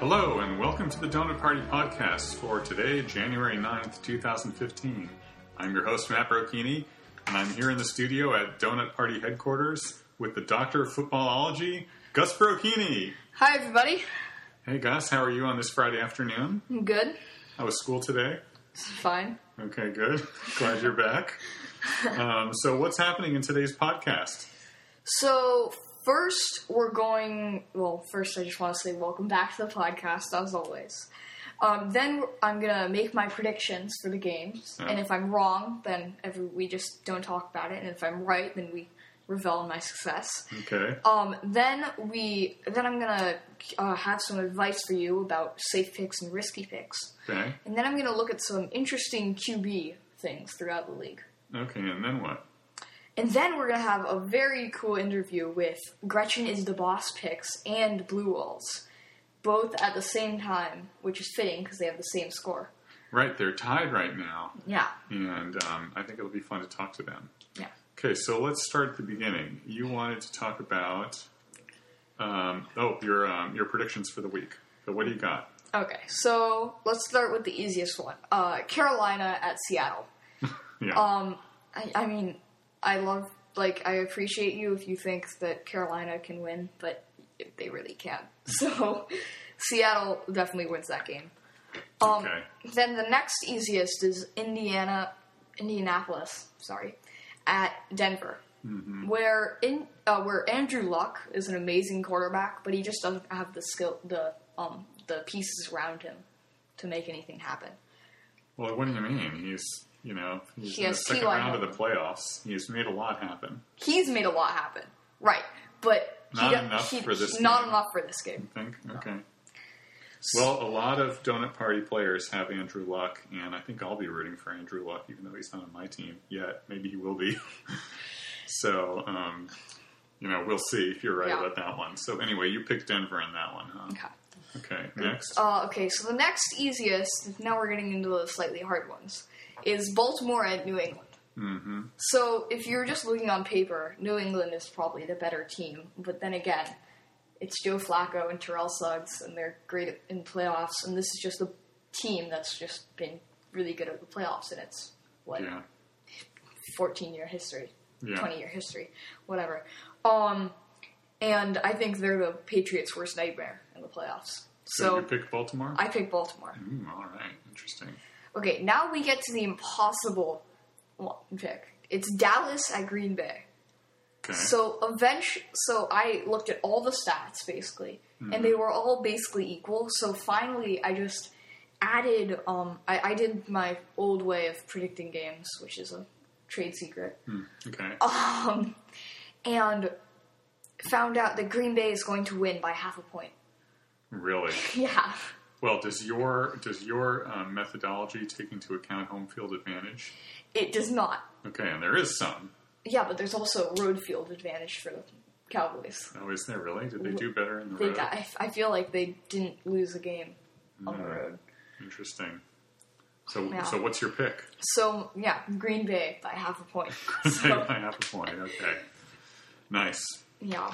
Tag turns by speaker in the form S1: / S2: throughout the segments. S1: Hello, and welcome to the Donut Party Podcast for today, January 9th, 2015. I'm your host, Matt Brocchini, and I'm here in the studio at Donut Party headquarters with the Doctor of Footballology, Gus Brocchini.
S2: Hi, everybody.
S1: Hey, Gus, how are you on this Friday afternoon?
S2: I'm good.
S1: How was school today?
S2: It's fine.
S1: Okay, good. Glad you're back. Um, so, what's happening in today's podcast?
S2: So, first, we're going. Well, first, I just want to say welcome back to the podcast, as always. Um, then, I'm going to make my predictions for the games. And if I'm wrong, then every, we just don't talk about it. And if I'm right, then we revel in my success.
S1: Okay.
S2: Um, then we, then I'm gonna uh, have some advice for you about safe picks and risky picks,
S1: Okay.
S2: and then I'm gonna look at some interesting QB things throughout the league.
S1: Okay, and then what?
S2: And then we're gonna have a very cool interview with Gretchen is the Boss Picks and Blue Walls, both at the same time, which is fitting because they have the same score.
S1: Right, they're tied right now,
S2: Yeah,
S1: and um, I think it'll be fun to talk to them.
S2: yeah.
S1: Okay, so let's start at the beginning. You wanted to talk about um, oh your um, your predictions for the week. So what do you got?
S2: Okay, so let's start with the easiest one: uh, Carolina at Seattle.
S1: Yeah,
S2: Um, I, I mean, I love like I appreciate you if you think that Carolina can win, but they really can't. So Seattle definitely wins that game. Um,
S1: Okay.
S2: Then the next easiest is Indiana, Indianapolis. Sorry, at Denver,
S1: Mm-hmm.
S2: where in uh, where Andrew Luck is an amazing quarterback, but he just doesn't have the skill, the um, the pieces around him to make anything happen.
S1: well, what do you mean? He's you know he's
S2: He
S1: in the
S2: has
S1: second
S2: T.Y.
S1: round of the playoffs. He's made a lot happen.
S2: he's made a lot happen, right? But he
S1: Not
S2: don't-
S1: enough
S2: he-
S1: for this
S2: Not
S1: game.
S2: enough for this game.
S1: I think okay. Well, a lot of donut party players have Andrew Luck, and I think I'll be rooting for Andrew Luck, even though he's not on my team yet. Maybe he will be. so, um, you know, we'll see if you're right
S2: Yeah.
S1: about that one. So, anyway, you picked Denver in that one, huh?
S2: Okay.
S1: Okay, next.
S2: Uh, okay. So the next easiest. Now we're getting into the slightly hard ones. Is Baltimore at New England?
S1: hmm
S2: So if you're just looking on paper, New England is probably the better team. But then again, it's Joe Flacco and Terrell Suggs, and they're great in playoffs. And this is just a team that's just been really good at the playoffs, and it's what
S1: Yeah.
S2: 14 year history,
S1: Yeah.
S2: 20 year history, whatever. Um, and I think they're the Patriots' worst nightmare in the playoffs.
S1: So, you
S2: So
S1: pick Baltimore?
S2: I pick Baltimore.
S1: Ooh, all right, interesting.
S2: Okay, now we get to the impossible one pick. It's Dallas at Green Bay.
S1: Okay.
S2: So eventually, so I looked at all the stats basically, and they were all basically equal. So finally, I just added. Um, I, I did my old way of predicting games, which is a trade secret.
S1: okay.
S2: um, and found out that Green Bay is going to win by half a point.
S1: Really?
S2: Yeah.
S1: Well, does your does your um, methodology take into account home field advantage?
S2: It does not.
S1: Okay, and there is some.
S2: Yeah, but there's also road field advantage for the Cowboys.
S1: Oh, is there really? Did they do better in the
S2: They
S1: road?
S2: got, I, I feel like they didn't lose a game on the road.
S1: Interesting. So,
S2: Yeah.
S1: so what's your pick?
S2: So, yeah, Green Bay by half a point. So,
S1: I have a point. Okay, nice.
S2: yeah.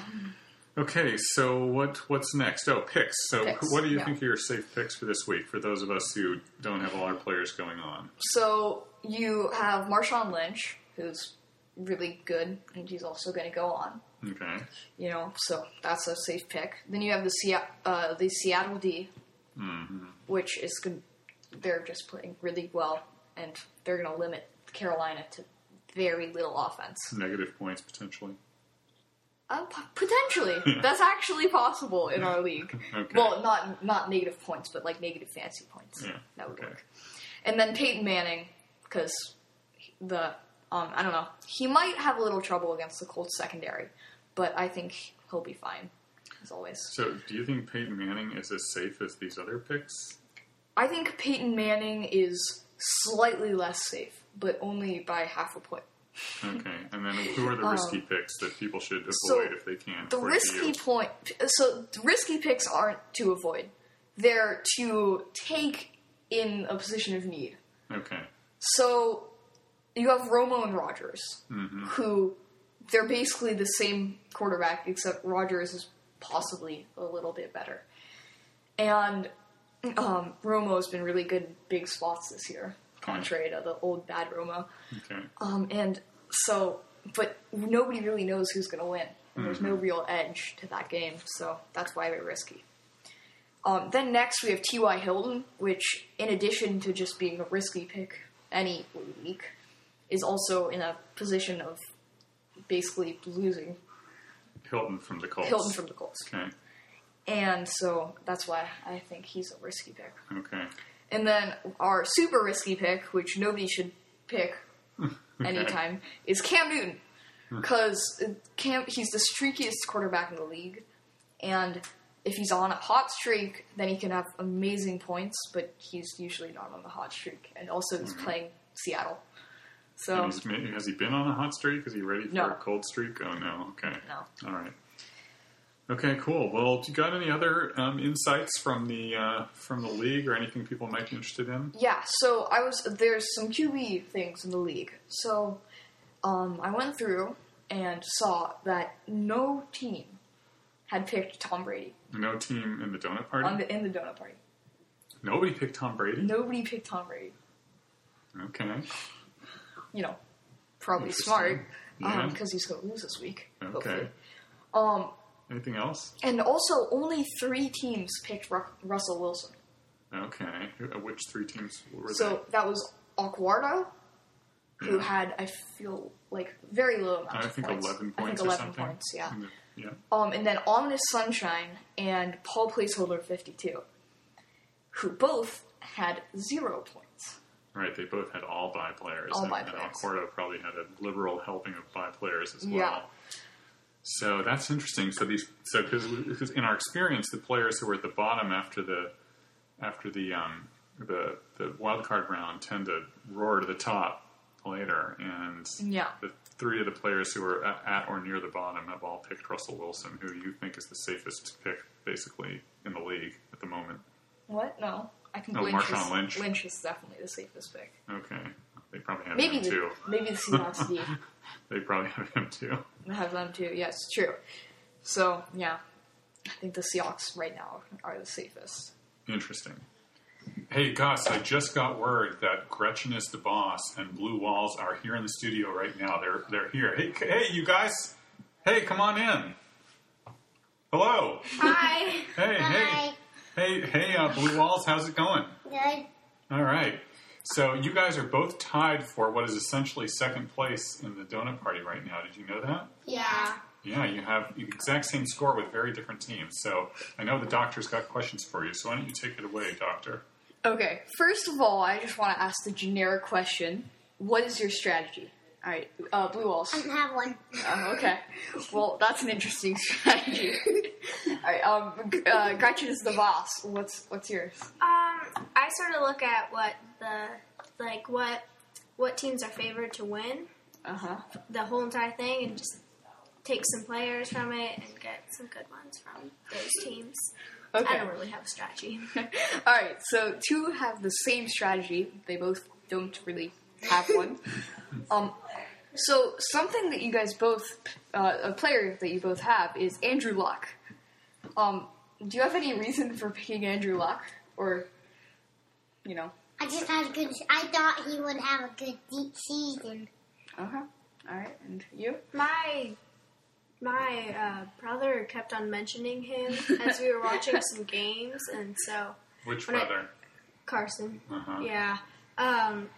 S1: Okay, so what what's next? Oh, picks. So,
S2: Picks,
S1: what do you
S2: yeah.
S1: think are your safe picks for this week? For those of us who don't have all our players going on.
S2: So you have Marshawn Lynch, who's really good, and he's also going to go on.
S1: Okay.
S2: you know, so that's a safe pick. Then you have the Sea uh, the Seattle D, which is good. They're just playing really well, and they're going to limit Carolina to very little offense.
S1: Negative points potentially.
S2: Uh, p- potentially, that's actually possible in our league.
S1: Okay.
S2: Well, not not negative points, but like negative fancy points.
S1: Yeah,
S2: That would
S1: okay.
S2: work. And then Peyton Manning, because the um, I don't know, he might have a little trouble against the Colts secondary, but I think he'll be fine as always.
S1: So, do you think Peyton Manning is as safe as these other picks?
S2: I think Peyton Manning is slightly less safe, but only by half a point.
S1: Okay, and then who are the risky picks that people should avoid
S2: Um, so
S1: if they can?
S2: The
S1: according to you?
S2: risky point, so the risky picks aren't to avoid; they're to take in a position of need.
S1: Okay,
S2: So you have Romo and Rogers, who they're basically the same quarterback, except Rogers is possibly a little bit better. And um, Romo's been really good big spots this year, contrary to the old bad Romo.
S1: Okay.
S2: Um, and so, but nobody really knows who's going to win. And There's no real edge to that game, so that's why they're risky. Um, then next we have T.Y. Hilton, which, in addition to just being a risky pick any week, is also in a position of basically losing
S1: Hilton from the Colts.
S2: Hilton from the Colts.
S1: Okay.
S2: And so that's why I think he's a risky pick.
S1: Okay.
S2: And then our super risky pick, which nobody should pick anytime, is Cam Newton. Because Cam, he's the streakiest quarterback in the league. And if he's on a hot streak, then he can have amazing points, but he's usually not on the hot streak. And also, he's playing Seattle. So,
S1: And he's ma- has he been on a hot streak? Is he ready for
S2: No.
S1: a cold streak? Oh no. Okay.
S2: No.
S1: All right. Okay, cool. Well, do you got any other um, insights from the uh, from the league or anything people might be interested in?
S2: yeah, so I was there's some QB things in the league. So um, I went through and saw that no team had picked Tom Brady
S1: No team in the donut party.
S2: on the in the donut party.
S1: Nobody picked Tom Brady.
S2: Nobody picked Tom Brady.
S1: Okay.
S2: You know, probably
S1: Interesting.
S2: smart because
S1: Yeah.
S2: he's going to lose this week.
S1: Okay.
S2: Hopefully. Um,
S1: Anything else?
S2: and also only three teams picked Ru- Russell Wilson.
S1: Okay. Who- uh, Which three teams were
S2: So that was Aquardo, who
S1: Yeah.
S2: had I feel like very low amount
S1: I
S2: of
S1: think
S2: points.
S1: eleven points
S2: I think
S1: or
S2: eleven
S1: something. Mm-hmm.
S2: points. Yeah.
S1: In the- yeah.
S2: Um, and then Ominous Sunshine and Paul Placeholder 52, who both had zero points.
S1: Right. They both had all by players.
S2: All
S1: and,
S2: bye
S1: and
S2: players.
S1: Alcordo probably had a liberal helping of by players as well.
S2: Yeah.
S1: So that's interesting. So these, so because in our experience, the players who were at the bottom after the after the um, the the wild card round tend to roar to the top later, and
S2: Yeah.
S1: the three of the players who were at, at or near the bottom have all picked Russell Wilson, who you think is the safest pick basically in the league at the moment.
S2: What? No. I think
S1: No,
S2: Lynch,
S1: Marshawn
S2: is,
S1: Lynch.
S2: is definitely the safest pick.
S1: Okay, they probably have
S2: Maybe
S1: him
S2: the,
S1: too.
S2: maybe the Seahawks D
S1: They probably have him too.
S2: have them too. Yeah, it's true. So, yeah. I think the Seahawks right now are the safest.
S1: Interesting. Hey, Gus, I just got word that Gretchen is the boss and Blue Walls are here in the studio right now. They're they're here. Hey, c- hey, you guys. Hey, come on in. Hello.
S3: Hi.
S1: Hey,
S3: Hi.
S1: hey, hey, hey, uh, Blue Walls. How's it going?
S3: Good.
S1: All right. So you guys are both tied for what is essentially second place in the donut party right now. Did you know that?
S3: Yeah.
S1: Yeah, you have the exact same score with very different teams. So I know the doctor's got questions for you. So why don't you take it away, doctor?
S2: Okay, first of all, I just want to ask the generic question What is your strategy? All right, uh, Blue Walls.
S3: I don't have one.
S2: Oh, okay. Well, that's an interesting strategy. All right. Um, G- uh, Gretchen is the boss. What's what's yours?
S4: Um, I sort of look at what the like what what teams are favored to win
S2: Uh huh.
S4: the whole entire thing, and just take some players from it and get some good ones from those teams. I
S2: Okay.
S4: don't really have a strategy.
S2: All right. So two have the same strategy. They both don't really have one. um, so something that you guys both, uh, a player that you both have is Andrew Luck. Um, do you have any reason for picking Andrew Luck, or you know?
S3: I just had a good. I thought he would have a good deep season.
S2: Uh huh. All right. And you?
S4: My my uh, brother kept on mentioning him as we were watching some games, and so
S1: Which
S4: When I-
S1: brother?
S4: Carson.
S1: Uh-huh.
S4: Yeah. Um,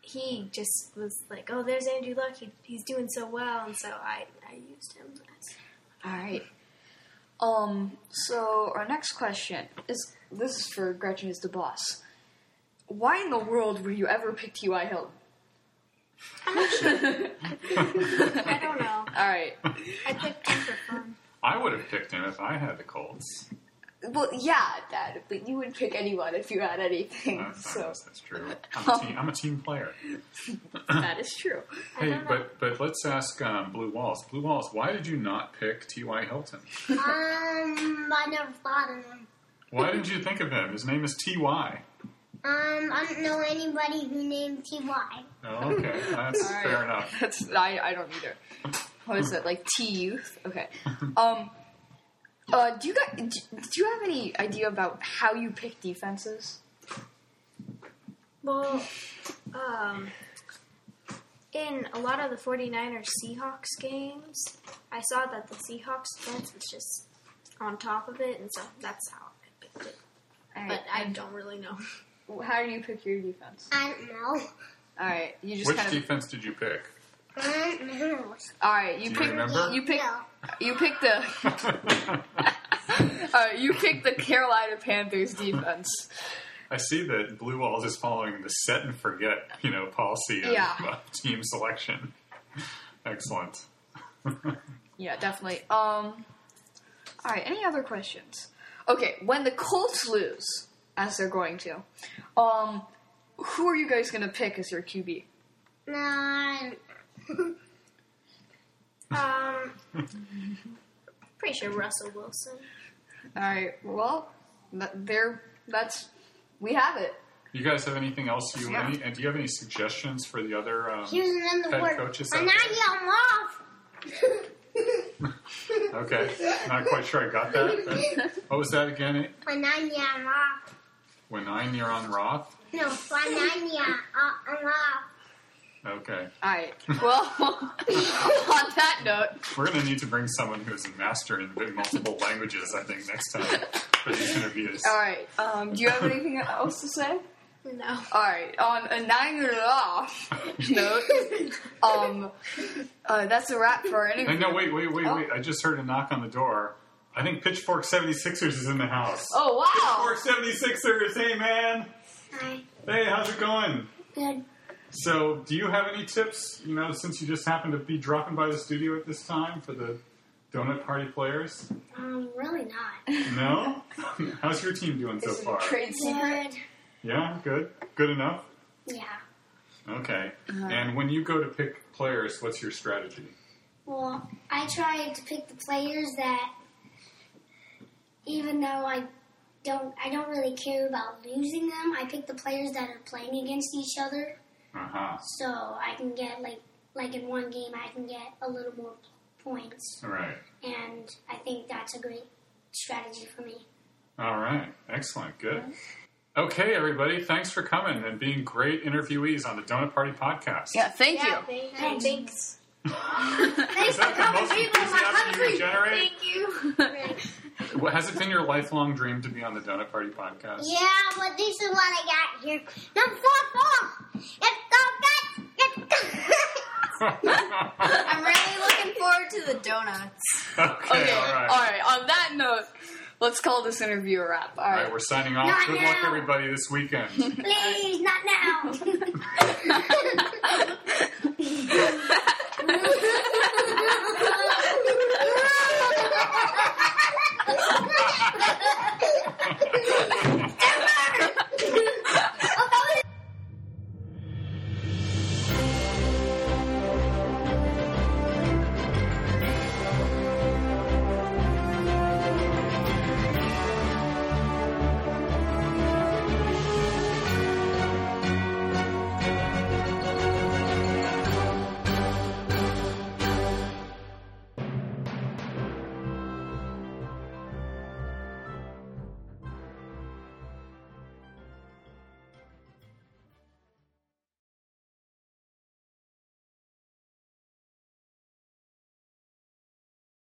S4: he just was like, "Oh, there's Andrew Luck. He, he's doing so well," and so I I used him. as-
S2: All right. Um. So our next question is this is for Gretchen is the boss. Why in the world were you ever picked T.Y. Hilton?
S4: I don't know.
S2: All right.
S4: I picked him for fun.
S1: I would have picked him if I had the Colts.
S2: Well, yeah, Dad, but you would pick anyone if you had anything.
S1: That's,
S2: so
S1: that's true. I'm a, team, I'm a team player.
S2: that is true.
S1: Hey, but but let's ask um, Blue Walls. Blue Walls, why did you not pick T.Y. Hilton?
S3: um, I never thought of him.
S1: Why did you think of him? His name is T.Y.
S3: Um, I don't know anybody who named Ty.
S1: Oh, okay, that's
S2: All right.
S1: fair enough.
S2: That's I. I don't either. What is it like? T youth. Okay. Um. Uh, do you guys, do- do you have any idea about how you pick defenses?
S4: Well, um, in a lot of the 49ers Seahawks games, I saw that the Seahawks defense was just on top of it, and so that's how I picked it. But I don't really know.
S2: how do you pick your defense?
S3: I don't know.
S2: All right, you just
S1: Which
S2: kind of.
S1: defense did you pick?
S3: I don't know.
S2: all right,
S1: Do
S2: you
S1: you
S2: pick.
S1: remember?
S2: You pick.
S3: No.
S2: You pick the. Uh, you pick the Carolina Panthers defense.
S1: I see that Blue Walls is following the set and forget, you know, policy of
S2: Yeah.
S1: uh, team selection. Excellent.
S2: Yeah, definitely. Um, all right. Any other questions? Okay, when the Colts lose, as they're going to, um, who are you guys gonna pick as your QB?
S3: No, I don't
S4: Um, pretty sure Russell Wilson.
S2: All right. Well, th- there. That's we have it.
S1: You guys have anything else you
S2: Yeah.
S1: any, and do you have any suggestions for the other um,
S3: Here's another
S1: Head
S3: word.
S1: coaches
S3: Anadi
S1: out
S3: off.
S1: Okay. Not quite sure I got that. but- What was that again?
S3: Anadi off.
S1: When nine you're on Roth?
S3: No, Anadi off.
S1: Okay.
S2: All right. Well, on that note,
S1: We're going to need to bring someone who is a master in multiple languages, I think, next time for these interviews.
S2: all right. Um, do you have anything else to say?
S4: No.
S2: All right. On a nine and off note, um, uh, that's a wrap for our
S1: Hey,
S2: interview.
S1: no, wait, wait, wait, wait. I just heard a knock on the door. I think Pitchfork 76ers is in the house.
S2: Oh wow!
S1: Pitchfork 76ers, hey man!
S3: Hi.
S1: Hey, how's it going?
S3: Good.
S1: So, do you have any tips, you know, since you just happened to be dropping by the studio at this time for the Donut Party players?
S3: Um, really not.
S1: No? How's your team doing so
S2: Is it a
S1: far?
S2: trade secret?
S1: Yeah, good. Good enough?
S3: Yeah.
S1: Okay. And when you go to pick players, what's your strategy?
S3: Well, I tried to pick the players that, even though I don't, I don't really care about losing them. I pick the players that are playing against each other,
S1: Uh huh.
S3: so I can get like, like in one game, I can get a little more points,
S1: All right.
S3: and I think that's a great strategy for me.
S1: All right. Excellent. Good. Okay, everybody. Thanks for coming and being great interviewees on the Donut Party podcast.
S2: Yeah. Thank you.
S4: Thank, thanks.
S1: Is that the most enthusiasm you generate?
S4: Thank you.
S1: Well, Has it been your lifelong dream to be on the Donut Party podcast?
S3: Yeah, but this is what I got here. The football. It's the best.
S4: I'm really looking forward to the donuts.
S1: okay,
S2: Okay.
S1: All right.
S2: All right. On that note, let's call this interview a wrap. All
S1: All
S2: right.
S1: right, we're signing off.
S3: Not
S1: Good luck,
S3: now.
S1: everybody, this weekend.
S3: Please, not now.